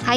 Hi,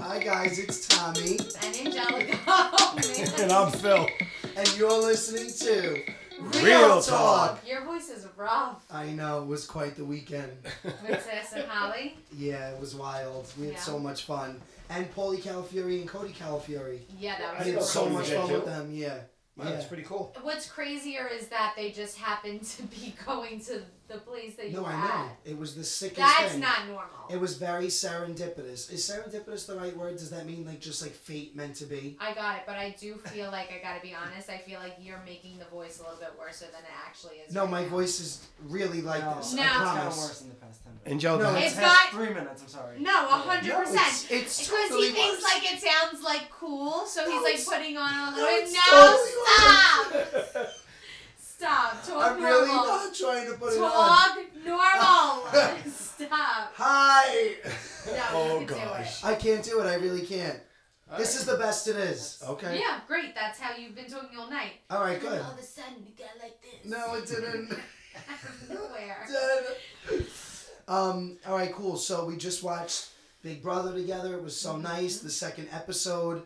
Hi guys, it's Tommy And Angelica. Oh, man. and I'm Phil, and you're listening to Real Talk. Your voice is rough. I know it was quite the weekend. With Sass and Holly. Yeah, it was wild. We had Yeah. so much fun, and Paulie Calafieri and Cody Calafieri. Yeah, I that had was so rough. much did fun too? with them. Yeah, Wow, yeah. That's pretty cool. What's crazier is that they just happened to be going to the place that you No, were I know at. it was the sickest That's thing. not normal. It was very serendipitous. Is serendipitous the right word? Does that mean like just like fate meant to be? I got it, but I do feel like I gotta be honest. I feel like you're making the voice a little bit worse than it actually is. No, right my now. voice is really like this. No. I It's promise. gotten in the past 10 No, Angelica. it's It's past got- three minutes, I'm sorry. No, a hundred No, it's- percent. it's because totally he thinks worse. like it sounds like cool, so No, he's it's- like putting on a no, little bit. it's No, stop, totally stop. Talk I'm normal. really not trying to put it on. Talk normal. stop. Hi. No, Oh, you can gosh. do I can't do it. I really can't. This right. is the best it is. it. Okay. Yeah, great. That's how you've been talking all night. All right. And Good. All of a sudden, you got like this. No, it didn't. Out of nowhere. Did- um. All right. Cool. So we just watched Big Brother together. It was so nice. The second episode.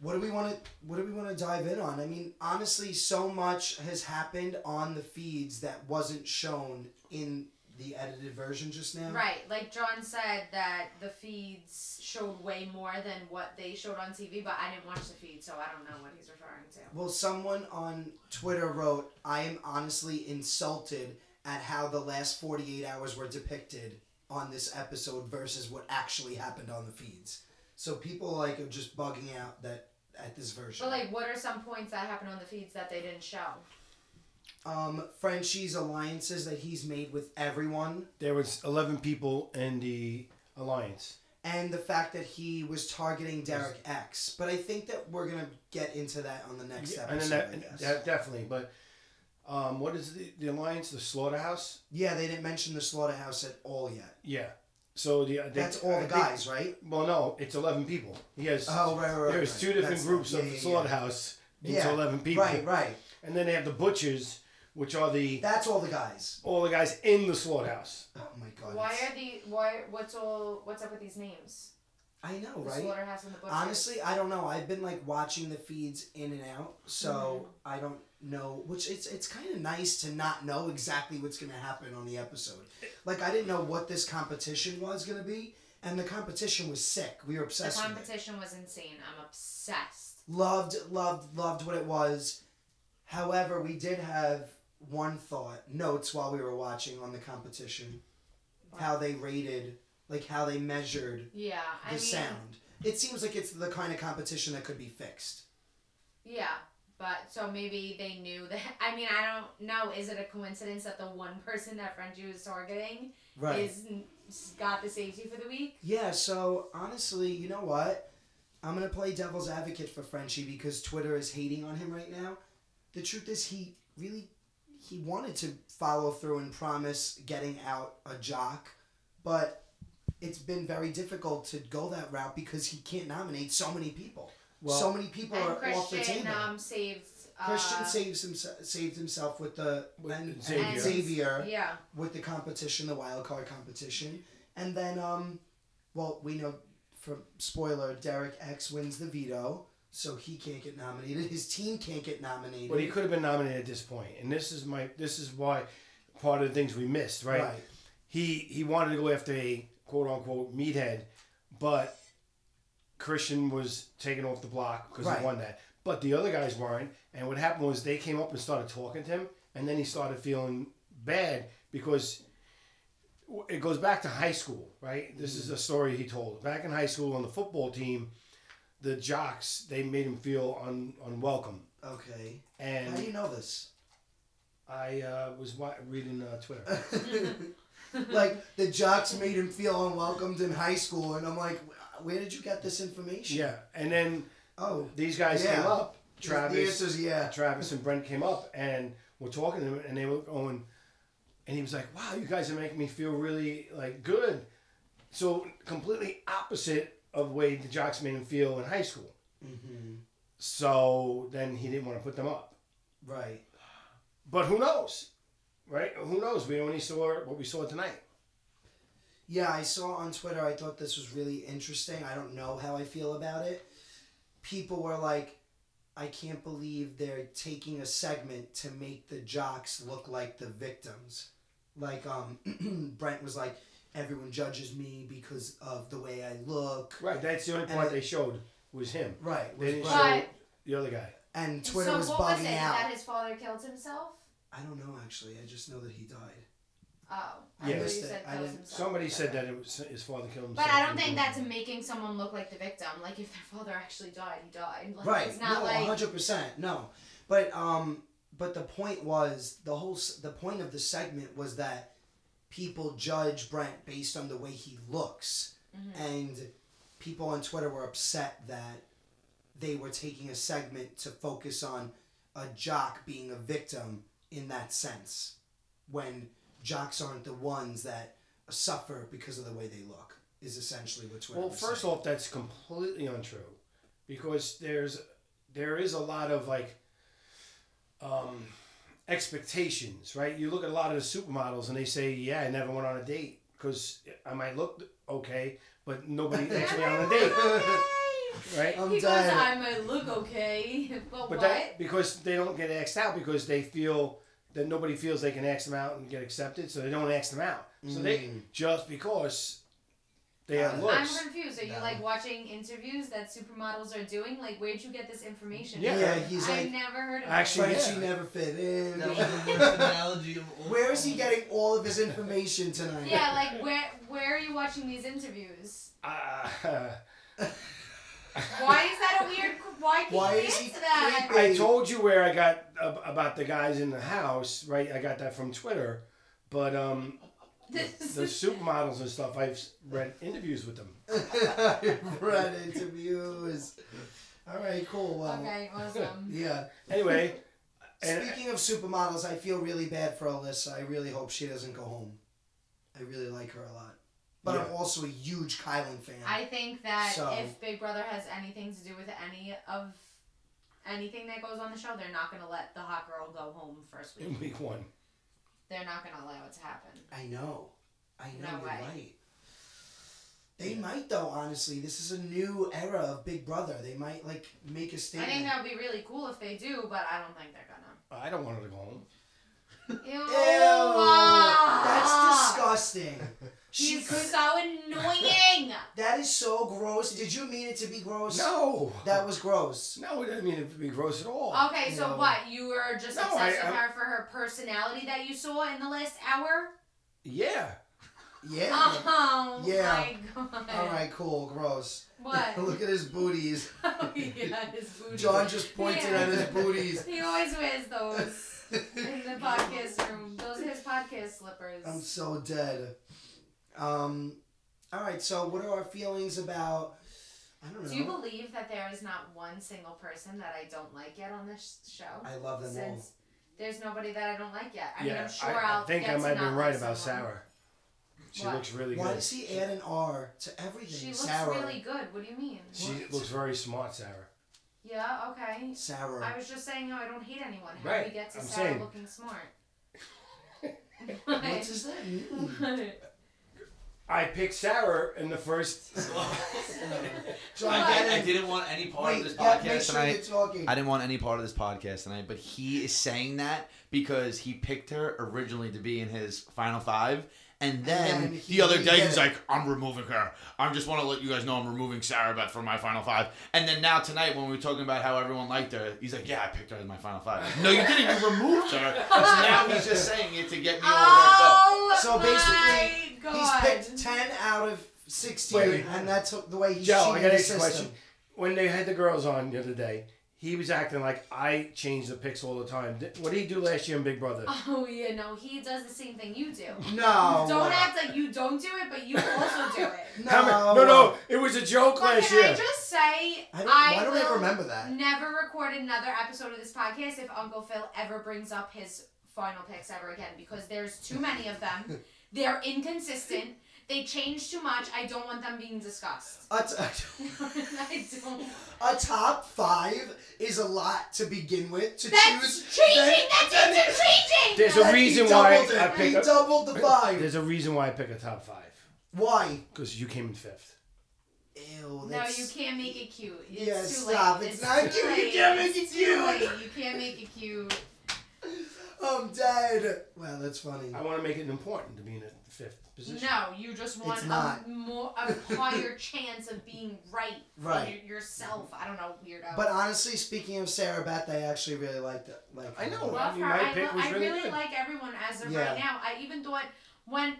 What do we want to? What do we want to dive in on? I mean, honestly, so much has happened on the feeds that wasn't shown in the edited version just now. Right, like John said that the feeds showed way more than what they showed on TV, but I didn't watch the feed, so I don't know what he's referring to. Well, someone on Twitter wrote, I am honestly insulted at how the last 48 hours were depicted on this episode versus what actually happened on the feeds. So people like are just bugging out that at this version. But like, what are some points that happened on the feeds that they didn't show? um Frenchie's alliances that he's made with everyone There was 11 people in the alliance. and the fact that he was targeting Derek X. But I think that we're going to get into that on the next Yeah, episode. and then I that, and guess. that- definitely. But um, what is the, the alliance? The slaughterhouse? yeah, they didn't mention the slaughterhouse at all yet. Yeah. So the, uh, they- That's all I the think- guys, right? well, no, it's 11 people. He has. Oh, right, right, right, There's right. two different That's- groups yeah, of the yeah, yeah. slaughterhouse into 11 people. Right, right. And then they have the butchers, which are the That's all the guys. all the guys in the slaughterhouse. Oh my god. Why it's- are the why? What's all? What's up with these names? I know, The right? slaughterhouse and the butcher. Honestly, I don't know. I've been like watching the feeds in and out, so I don't know. Which it's it's kind of nice to not know exactly what's gonna happen on the episode. Like I didn't know what this competition was gonna be, and the competition was sick. We were the obsessed. with it. competition was insane. I'm obsessed. Loved, loved, loved what it was. However, we did have one thought notes while we were watching on the competition, how they rated, like how they measured Yeah, the I mean, sound. It seems like it's the kind of competition that could be fixed. Yeah, but so maybe they knew that. I mean, I don't know. Is it a coincidence that the one person that Frenchie was targeting is is got the safety for the week? Yeah, so honestly, you know what? I'm going to play devil's advocate for Frenchie because Twitter is hating on him right now. The truth is he really he wanted to follow through and promise getting out a jock, but it's been very difficult to go that route because he can't nominate so many people. so many people and are off the Christian table. um saved Christian saves himself saved himself with the and Xavier. and Xavier Yeah. with the competition, the wild card competition, and then um, well we know from spoiler Derek X wins the veto, so he can't get nominated. His team can't get nominated. But he could have been nominated at this point, and this is my this is why part of the things we missed, right? Right. He he wanted to go after a quote unquote meathead, but Christian was taken off the block because Right. he won that. But the other guys weren't, and what happened was they came up and started talking to him, and then he started feeling bad because it goes back to high school, right? This Mm-hmm. is a story he told back in high school on the football team. The jocks they made him feel un, unwelcome, Okay. and How do you know this? I uh, was wa- reading uh, Twitter. like the jocks made him feel unwelcomed in high school, and I'm like, where did you get this information? yeah, and then Oh, these guys Yeah. came up. The- the Travis, answer's yeah. Travis and Brent came up and were talking to him, and they were going, and he was like, "Wow, you guys are making me feel really like good." So completely opposite of the way the jocks made him feel in high school. So then he didn't want to put them up. right. But who knows, right? Who knows? We only saw what we saw tonight. Yeah, I saw on Twitter. I thought this was really interesting. I don't know how I feel about it. People were like, I can't believe they're taking a segment to make the jocks look like the victims. Like um, Brent was like, everyone judges me because of the way I look. Right. That's the only And part it- they showed was him. Right. They didn't was Brent. show the other guy. and Twitter so was what was bugging it? out. That his father killed himself? I don't know actually. I just know that he died. Oh. Yeah. I thought you Missed it. said I kills didn't- himself. Somebody said that it was his father killed himself. But I don't think that's making someone look like the victim. Like if their father actually died, he died. Like, Right. It's not no, like hundred percent. No, but um, but the point was the whole s- the point of the segment was that people judge Brent based on the way he looks, Mm-hmm. and people on Twitter were upset that they were taking a segment to focus on a jock being a victim in that sense, when jocks aren't the ones that suffer because of the way they look. Is essentially what Twitter. Well, was first saying. off, that's completely untrue, because there's there is a lot of like um, expectations, right? You look at a lot of the supermodels, and they say, "Yeah, I never went on a date because I might look okay, but nobody actually went on a date." Right? I'm he goes, dying. I might look okay, but, But what? that because they don't get asked out because they feel that nobody feels they can ask them out and get accepted, so they don't ask them out. So they Mm. just because they have Uh, I'm looks. confused. Are you like watching interviews that supermodels are doing? Like, where'd you get this information? Yeah. yeah, he's I've like. never heard of Actually, Frenchie yeah. never fit in. analogy of all- Where is he getting all of his information that. tonight? Yeah, like where where are you watching these interviews? Ah. Why is that a weird? Why can't Why you is he answer that? creepy? I told you where I got ab- about the guys in the house, right? I got that from Twitter, but um, This the supermodels and stuff. I've s- read interviews with them. Run interviews. All right, cool. Well, okay, um, awesome. yeah. Anyway, and Speaking of supermodels, I feel really bad for Alyssa. I really hope she doesn't go home. I really like her a lot, but I'm Yeah. also a huge Kylan fan. I think that So- if Big Brother has anything to do with any of anything that goes on the show, they're not gonna let the hot girl go home first in week. week one, They're not gonna allow it to happen. I know. I know No you're way. right. They might though. Honestly, this is a new era of Big Brother. They might like make a I statement. think that would be really cool if they do, but I don't think they're gonna. I don't want her to go home. Ew. Ah. Ew, that's disgusting. She She's could. so annoying. That is so gross. Did you mean it to be gross? No, That was gross. no, it didn't mean it to be gross at all. Okay, so Oh, No. what? You were just No, obsessed I- with I- her for her personality that you saw in the last hour? yeah, Yeah. Oh Yeah. my god. All right, cool. Gross. What? Look at his booties. oh, yeah, his booty. John just pointed Yeah. at his booties. He always wears those in the podcast room. Those are his podcast slippers. I'm so dead. Um, all right. So, what are our feelings about? I don't know. Do you believe that there is not one single person that I don't like yet on this show? I love them all. Since there's nobody that I don't like yet. I yeah. mean, I'm sure I, will I think get I to might not be right like about someone. Sarah. She What? looks really Why good. does he add an R to everything? She looks Sarah. really good. What do you mean? she looks very smart, Sarah. Yeah, okay. Sarah. I was just saying how I don't hate anyone. How Right, we get to I'm Sarah saying. looking smart. What does that Hmm. mean? I picked Sarah in the first. I, did, So I I didn't- didn't want any part Wait, of this yeah, podcast make sure tonight. you're talking. I didn't want any part of this podcast tonight, but he is saying that because he picked her originally to be in his final five. And then, then he the other day did he's it. like, I'm removing her. I just want to let you guys know I'm removing Sarah Beth from my final five. And then now tonight when we were talking about how everyone liked her, he's like, Yeah, I picked her as my final five. no, you didn't. You removed her. So now he's just saying it to get me all worked up. So basically, my he's God. picked 10 out of 16, Wait. and that's the way he's Joe, I got cheating the a question. system. When they had the girls on the other day, he was acting like I change the picks all the time. Did- What did he do last year in Big Brother? Oh yeah, no, he does the same thing you do. No. You don't act like you don't do it, but you also do it. How ma- no, no, it was a joke But last can I year. just say I don't- why don't I will remember that? Never record another episode of this podcast if Uncle Phil ever brings up his final picks ever again because there's too many of them. They're inconsistent. They change too much. I don't want them being discussed. A, t- I don't. a top five is a lot to begin with. To That's choose. cheating. Then- That's then- into cheating. There's He a reason why doubled it. I He picked. a- doubled the five. There's a reason why I pick a top five Why? because you came in fifth. Ew, No, that's... you can't make it cute. It's Yeah, too stop. Late. It's not too cute. You late. can't make It's it too cute. late. You can't make it cute. I'm dead. Wow, that's funny. I want to make it important to be in the fifth position. No, you just want a not. more a higher chance of being right. for Right. y- yourself. I don't know, weirdo. But honestly, speaking of Sarah Beth, I actually really liked it. Like I know. love I mean, her. my I, pick lo- was I really really, good. like everyone as of Yeah. right now. I even thought when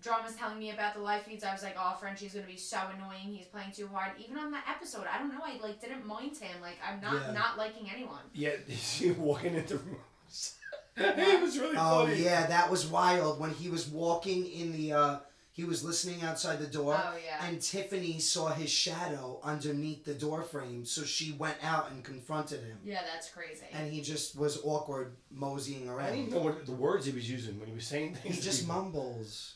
John was telling me about the live feeds, I was like, "Oh, Frenchie's gonna be so annoying. He's playing too hard." Even on that episode, I don't know. I like didn't mind him. Like I'm not Yeah. not liking anyone. Yeah, she walking into rooms. it was really Oh funny. yeah, that was wild when he was walking in the. uh He was listening outside the door. Oh, yeah. And Tiffany saw his shadow underneath the door frame, so she went out and confronted him. Yeah, that's crazy. And he just was awkward, moseying I didn't around. know what the words he was using when he was saying He things. to just people. mumbles.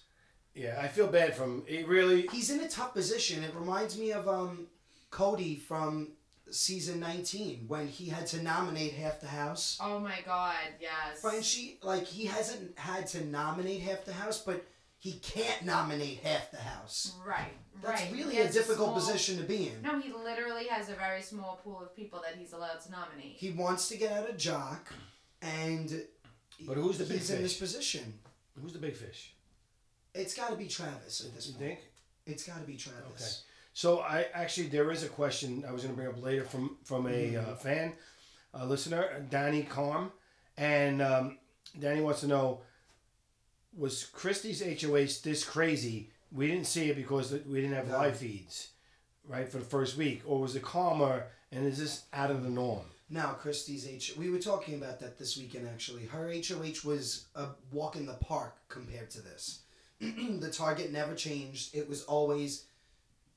Yeah, I feel bad from it. Really, He's in a tough position. It reminds me of um, Cody from season 19 when he had to nominate half the house. Oh my god, yes. But and she like he hasn't had to nominate half the house, but he can't nominate half the house. Right, That's right. really He a has difficult small- position to be in. No, he literally has a very small pool of people that he's allowed to nominate. He wants to get out of jock, and But who's the big he's in this fish? position. who's the big fish? It's got to be Travis at this You point. think? It's got to be Travis. So I actually there is a question I was going to bring up later from from a Hmm. uh, fan, a listener, Danny Carm, and um, Danny wants to know: Was Christie's HOH this crazy? We didn't see it because we didn't have live feeds, right, for the first week, or was it calmer? And is this out of the norm? Now Christie's H. We were talking about that this weekend actually. Her HOH was a walk in the park compared to this. the target never changed. It was always,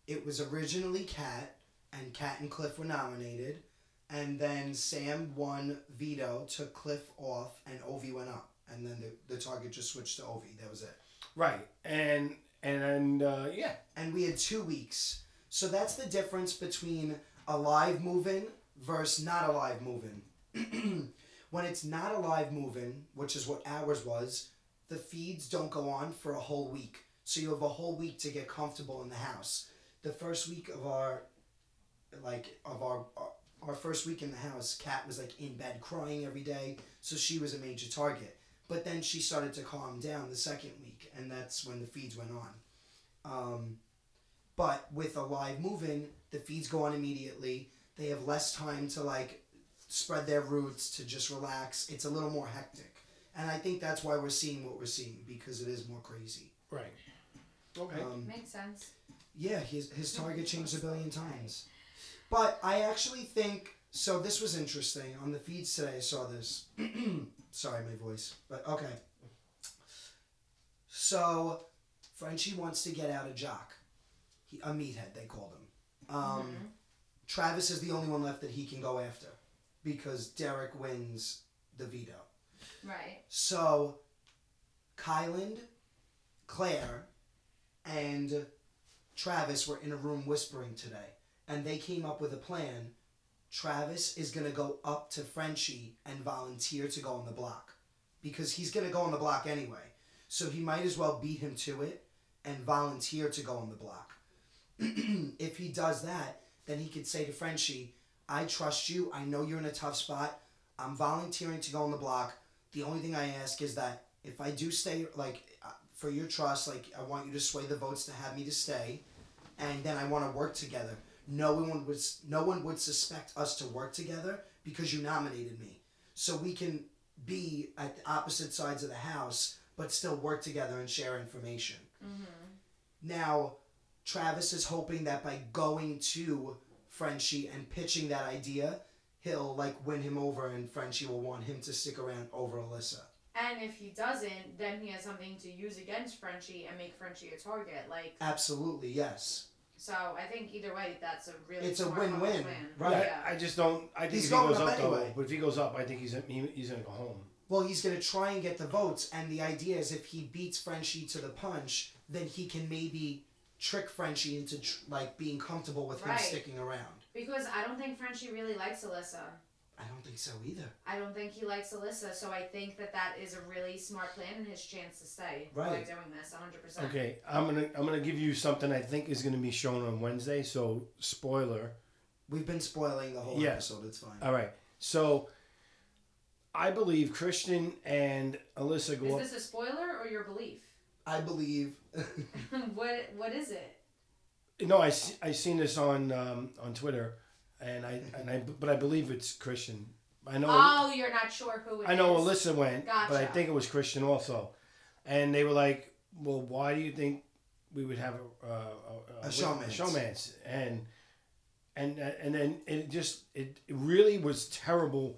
it was originally Kat, and Kat and Cliff were nominated, and then Sam won veto, took Cliff off, and Ovi went up, and then the, the target just switched to Ovi. That was it. Right, and and and uh, yeah, And we had two weeks, so that's the difference between a live moving versus not a live moving. when it's not a live moving, which is what ours was, the feeds don't go on for a whole week. So you have a whole week to get comfortable in the house. The first week of our, like of our, our, our first week in the house, Kat was like in bed crying every day, so she was a major target. But then she started to calm down the second week, and that's when the feeds went on. Um, but with a live move-in, the feeds go on immediately. They have less time to like spread their roots to just relax. It's a little more hectic, and I think that's why we're seeing what we're seeing because it is more crazy. right, okay. Makes sense. Yeah, his his target changed a billion times, but I actually think so. This was interesting on the feeds today. I saw this. Sorry, my voice, but okay. So, Frenchie wants to get out of Jock. He, a meathead, they called him. Um, Travis is the only one left that he can go after because Derek wins the veto. Right. So, Kyland, Claire, and Travis were in a room whispering today, and they came up with a plan Travis is gonna go up to Frenchie and volunteer to go on the block because he's gonna go on the block anyway. So he might as well beat him to it and volunteer to go on the block. if he does that, then he could say to Frenchie, I trust you. I know you're in a tough spot. I'm volunteering to go on the block. The only thing I ask is that if I do stay, like, uh, for your trust, like, I want you to sway the votes to have me to stay, and then I want to work together. No one would, s- no one would suspect us to work together because you nominated me. So we can be at the opposite sides of the house, but still work together and share information. Now, Travis is hoping that by going to Frenchie and pitching that idea, he'll like win him over, and Frenchie will want him to stick around over Alyssa. And if he doesn't, then he has something to use against Frenchie and make Frenchie a target. Like Absolutely, yes. so, I think either way, that's a really It's a smart win-win, win-win. right. Yeah. I just don't. I think He's if he going goes up up, anyway. though, but if he goes up, I think he's he, he's gonna go home. Well, he's gonna try and get the votes, and the idea is if he beats Frenchie to the punch, then he can maybe trick Frenchie into tr- like being comfortable with him Right. sticking around. Because I don't think Frenchie really likes Alyssa. I don't think so either. I don't think he likes Alyssa, so I think that that is a really smart plan and his chance to stay by Right. doing this 100%. Okay, I'm gonna I'm gonna give you something I think is gonna be shown on Wednesday. So spoiler. We've been spoiling the whole Yeah. episode. It's fine. All right. So I believe Christian and Alyssa Is go up. this a spoiler or your belief? I believe. what What is it? No, I se- I seen this on um, on Twitter, and I and I but I believe it's Christian. I know. oh, you're not sure who it is. I know Alyssa went, but I Gotcha. think it was Christian also, and they were like, "Well, why do you think we would have a uh, A showmance. showmance?" And and and then it just it, it really was terrible.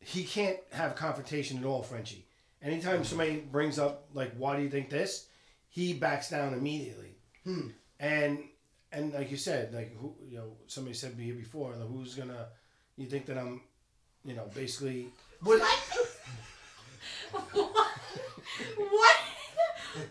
He can't have confrontation at all, Frenchie. Mm-hmm. Anytime somebody brings up like, "Why do you think this?" he backs down immediately. Hmm. And and like you said, like who you know, somebody said here before, like, who's gonna? You think that I'm, you know, basically What? What?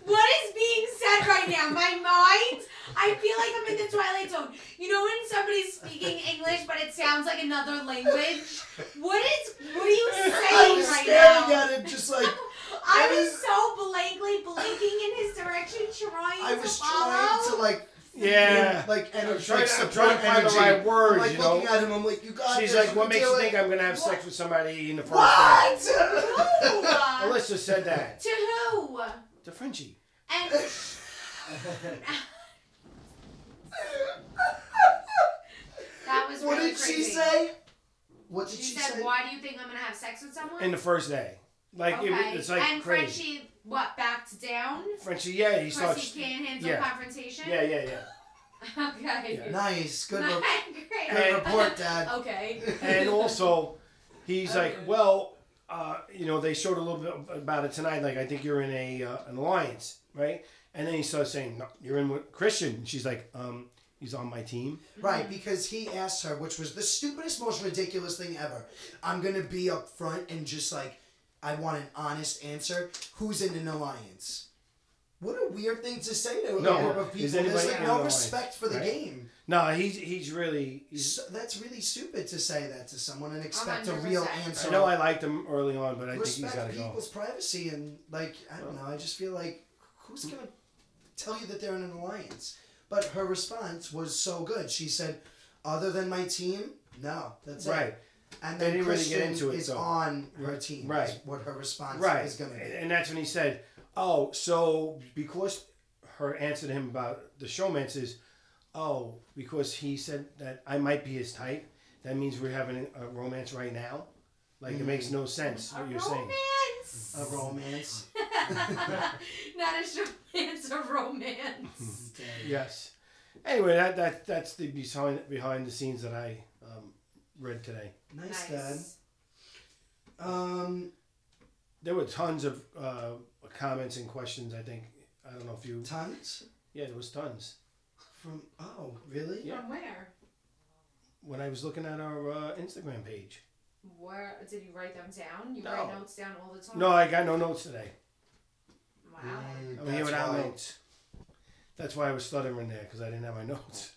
what is being said right now? My mind. I feel like I'm in the twilight zone. You know when somebody's speaking English, but it sounds like another language. What is? What are you I saying was right staring now? at him just like I I was was- so blankly blinking in his direction, trying I to was follow. trying to like Yeah. like and I'm trying like, to- I'm support trying to find the energy. right words, I'm, like you know? looking at him, I'm like, you got She's this, like, what can makes do you it." think I'm gonna have sex with somebody in the first night? What? Who? Alyssa said that to who? to Frenchie. And that was what really did crazy. she say? What did She, she, said, say? "Why do you think I'm gonna have sex with someone?" In the first day, like it- okay. it's like and crazy. Frenchie, what backed down? Frenchie, yeah, he Because starts. he can't handle yeah. confrontation. Yeah, yeah, yeah. Okay. Yeah. Nice, good, re- Great. good report, Dad. okay. and also he's like well uh, you know they showed a little bit about it tonight like i think you're in a uh, an alliance right and then he starts saying no, you're in with christian and she's like um he's on my team Right, because he asked her, which was the stupidest, most ridiculous thing ever. I'm gonna be up front and just like, I want an honest answer. Who's in an alliance? What a weird thing to say to a No, group of is people. There's anybody like in no an respect alliance, for the right? game. no he's he's really he's, So, that's really stupid to say that to someone and expect a real 100%. answer. i know i liked him early on but i think he's respect got to go people's privacy and like I don't know. I just feel like who's gonna tell you that they're in an alliance? But her response was so good. She said, "Other than my team, no, that's it." right And They then didn't really get Christian into it, is though. on her team. Right. is What her response right is gonna And- be. and that's when he said oh so because her answer to him about the showmance is oh because he said that i might be his type that means we're having a romance right now like it makes no sense what you're saying romance. Mm. A romance. Mm-hmm. Not a show. It's a romance. yes anyway that, that that's the behind behind the scenes that i um, read today Nice, Dad. Um, there were tons of uh, comments and questions i think i don't know if you tons yeah there was tons from. Oh, really? Yeah. From where? when i was looking at our uh, instagram page Where did you write them down? You No. write notes down all the time. no i got no notes today Wow. I'm here That's without why. notes. That's why I was stuttering there because I didn't have my notes.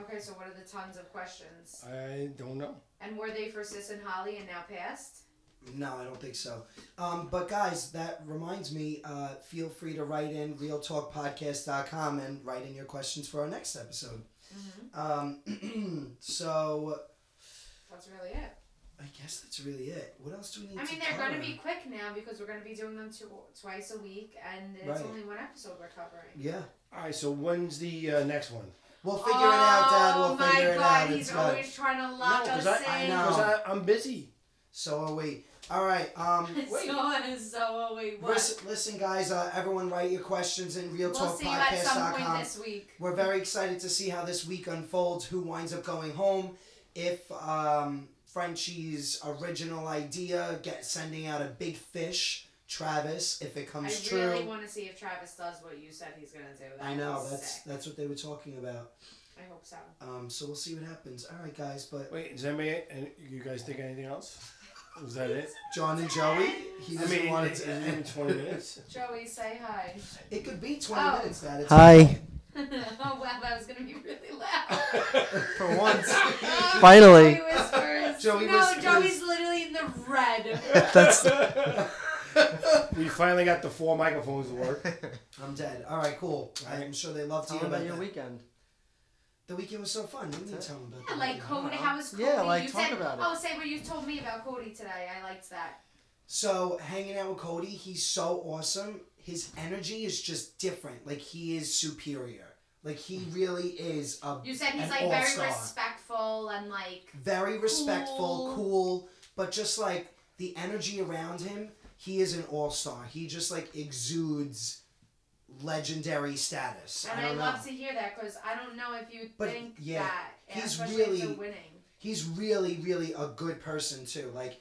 Okay, so what are the tons of questions? I don't know. And were they for Sis and Holly and now passed? No, I don't think so. Um, but guys, that reminds me, uh, feel free to write in realtalkpodcast.com and write in your questions for our next episode. Mm-hmm. Um, so That's really it. I guess that's really it. What else do we need I to mean, they're going cover? to be quick now because we're going to be doing them two, twice a week, and it's Right. only one episode we're covering. Yeah. All right. So when's the uh, next one? We'll figure it out, Dad. Oh We'll my figure it God, out. he's It's always good. trying to lock No, 'cause us I- I in. know. 'Cause I- I'm busy. So are we. All right. Um, so, so wait, what? Listen, listen, guys. Uh, everyone, write your questions in we'll see you at some point realtalkpodcast.com. this week. We're very excited to see how this week unfolds. Who winds up going home? If um, Frenchie's original idea get sending out a big fish, Travis, if it I comes true. really want to see if Travis does what you said he's going to do. That I know was that's sick. that's what they were talking about. I hope so. Um, so we'll see what happens. All right, guys. But Wait, is anybody? And you guys think anything else? Was that it? John and Joey. He I doesn't mean, want it it's to been end. twenty minutes. Joey, say hi. It could be twenty Oh. minutes. That it's Hi. oh, wow, that was going to be really loud. for once. Finally. Joey whispers. Joey no, whispers. Joey's literally in the red. That's- we finally got the four microphones to work. I'm dead. All right, cool. I'm sure they loved to Tell hear them about about your that. weekend. The weekend was so fun. What do you mean tell them about Yeah, the like weekend? Cody, Uh-huh. how was Cody? Yeah, like, you talk said, about it. Oh, say what you told me about Cody today. I liked that. So hanging out with Cody, he's so awesome. His energy is just different. Like he is superior. Like he really is a. You said an he's like very all-star. respectful and like Very respectful, Cool. cool. but just like the energy around him, he is an all star. He just like exudes legendary status. and I I, don't know. love to hear that because I don't know if you But, think yeah, that, and he's especially if really- you're winning. he's really really a good person too like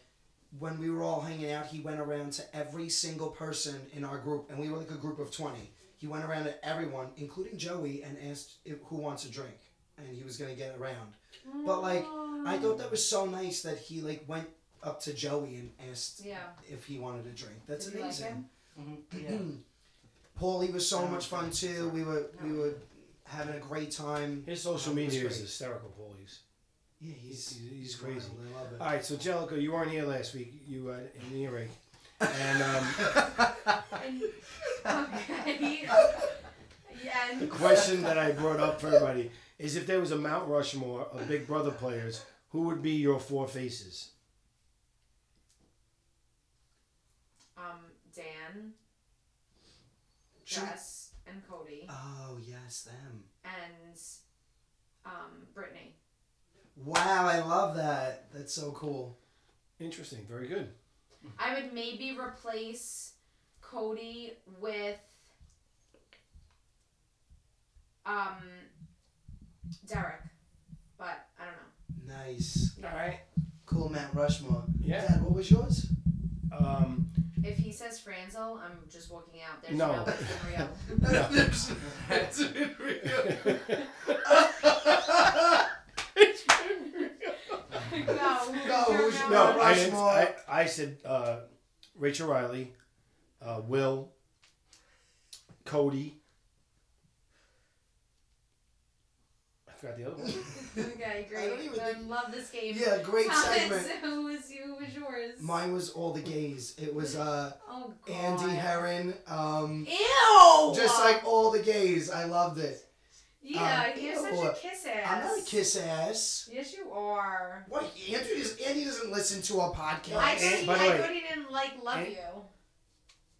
when we were all hanging out he went around to every single person in our group and we were like a group of 20 he went around to everyone including joey and asked if, who wants a drink and he was going to get around but like i thought that was so nice that he like went up to joey and asked Yeah. if he wanted a drink that's Did you like amazing him? paulie was so much fun too we were we were having a great time His social It was media is great. hysterical, Polies. yeah he's He's, he's crazy. wild. i love it All right, so Jellico, you weren't here last week. You uh, had an earache, and um, Okay. yeah. the And question that I brought up for everybody is: if there was a Mount Rushmore of Big Brother players, who would be your four faces? um, Dan, Should we- Jess, and Cody, Oh yes, them. and um, Brittany. Wow, I love that. That's so cool. Interesting. Very good. I would maybe replace Cody with um Derek, but I don't know. Nice. All right. Cool Mount Rushmore. Yeah. Dad, what was yours? Um, If he says Franzel, I'm just walking out. There's No. no, way it's real. That's that's been real. no, No, who's no, your Mount I, didn't- Rushmore? I, I said uh, Rachel Riley, uh, Will, Cody. I forgot the other one. Okay, great. I, don't even think- love this game. Yeah, great Thomas, segment. Who was who was yours? Mine was all the gays. It was uh oh God. Andy Herron. Um, Ew. just like all the gays. I loved it. yeah, um, you're ew. such a kiss ass. I'm not a kiss ass. Yes, you are. What? Andrew is, Andy doesn't listen to our podcast. I thought, he, By the I way, thought he didn't like love and- you.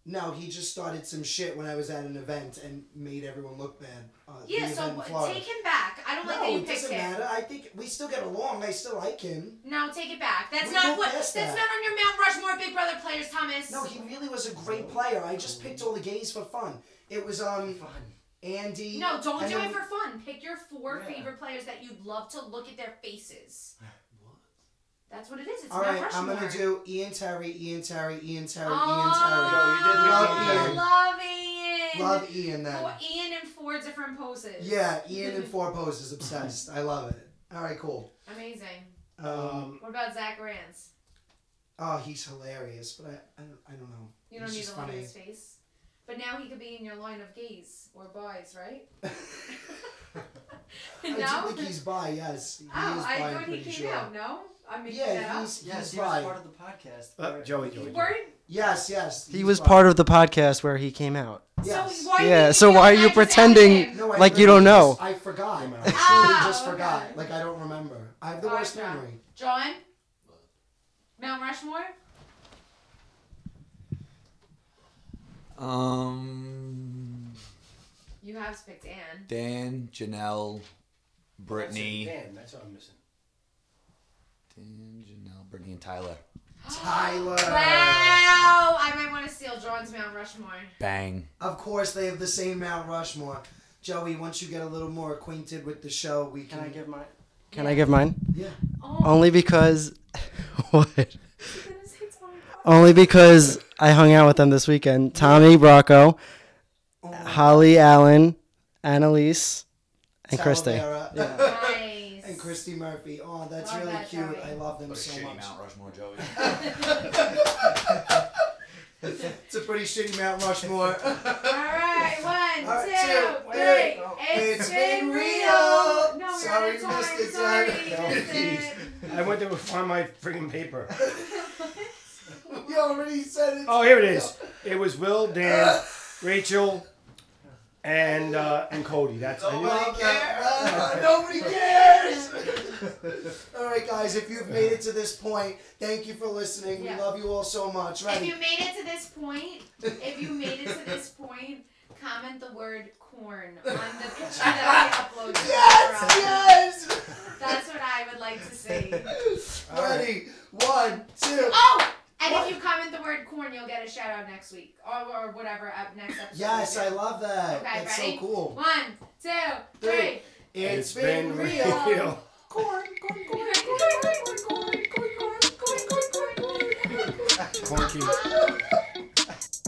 no, he just started some shit when I was at an event and made everyone look bad. Uh, the Yeah, so event in what- Florida. take him back. I don't like that no, you it picked doesn't him. matter. I think we still get along. I still like him. No, take it back. That's We not go what. That's past that. not on your Mount Rushmore Big Brother players, Thomas. No, he really was a great player. I just picked all the gays for fun. It was um Andy. No, don't and do then- it for fun. Pick your four Yeah. favorite players that you'd love to look at their faces. What? That's what it is. It's All Mount right, I'm Rushmore. gonna do Ian Terry, Ian Terry, Ian Terry, Oh, Ian I Terry. Love love Ian. Ian. Love Ian then. Four, Ian in four different poses. Yeah, Ian in four poses, obsessed. I love it. All right, cool. Amazing. Um, What about Zach Rance? oh, he's hilarious, but I, I, don't, I don't know. You don't he's need just to look funny. at his face. But now he could be in your line of gays or boys, right? I no? do think he's bi. Yes. He Oh, is I bi, I'm thought he pretty came sure. out, no? I mean, Yeah, that he's- up? Yes, He's he was right. part of the podcast. Uh, Joey, Joey. Weren't- Yes, yes. He was part of the podcast where he came out. Yes. why did yeah. you So feel why are you like pretending No, I like you don't literally know? just- I forgot. I literally Ah, just forgot. Like I don't remember. I Oh, have the worst memory. John? Mount Rushmore? Um, You have picked Anne. Dan, Janelle, Brittany. That's it, Dan, that's what I'm missing. Dan, Janelle, Brittany, and Tyler. Tyler. Wow! I might want to steal John's Mount Rushmore. Bang. Of course, they have the same Mount Rushmore. Joey, once you get a little more acquainted with the show, we can. Can I give mine? Can I give mine? Yeah. Only because what? Only because I hung out with them this weekend. Tommy Bracco, Oh. Holly Allen, Annalise, and Christy. Talavera. Yeah. and Christy Murphy. Oh, that's really cute. I love them so much. Mount Rushmore, Joey. it's a pretty shitty Mount Rushmore. Alright, one, All two, right, two, three. three. It's It's been been real. real. No, we're Sorry, out of time. missed it, Sorry, sorry. Oh, missed it. jeez. I went to find my friggin' paper. you already said it. Oh, here it is. It was Will, Dan, Rachel, and uh, and Cody. That's I knew- Nobody cares. Uh, nobody cares. all right, guys. If you've made it to this point, thank you for listening. We love you all so much. If Ready? you made it to this point, if you made it to this point, comment the word corn on the picture that we uploaded. Yes, yes. That's what I would like to see. Ready? One, two. Oh, and if you comment the word corn, you'll get a shout out next week or, or whatever up next episode. Yes, we do. I love that. Okay, That's ready? so cool. One, two, three. It's been real. Corn, corn, corn, corn, corn, corn, corn, corn, corn, corn, corn, corn, corn, corn. Corky.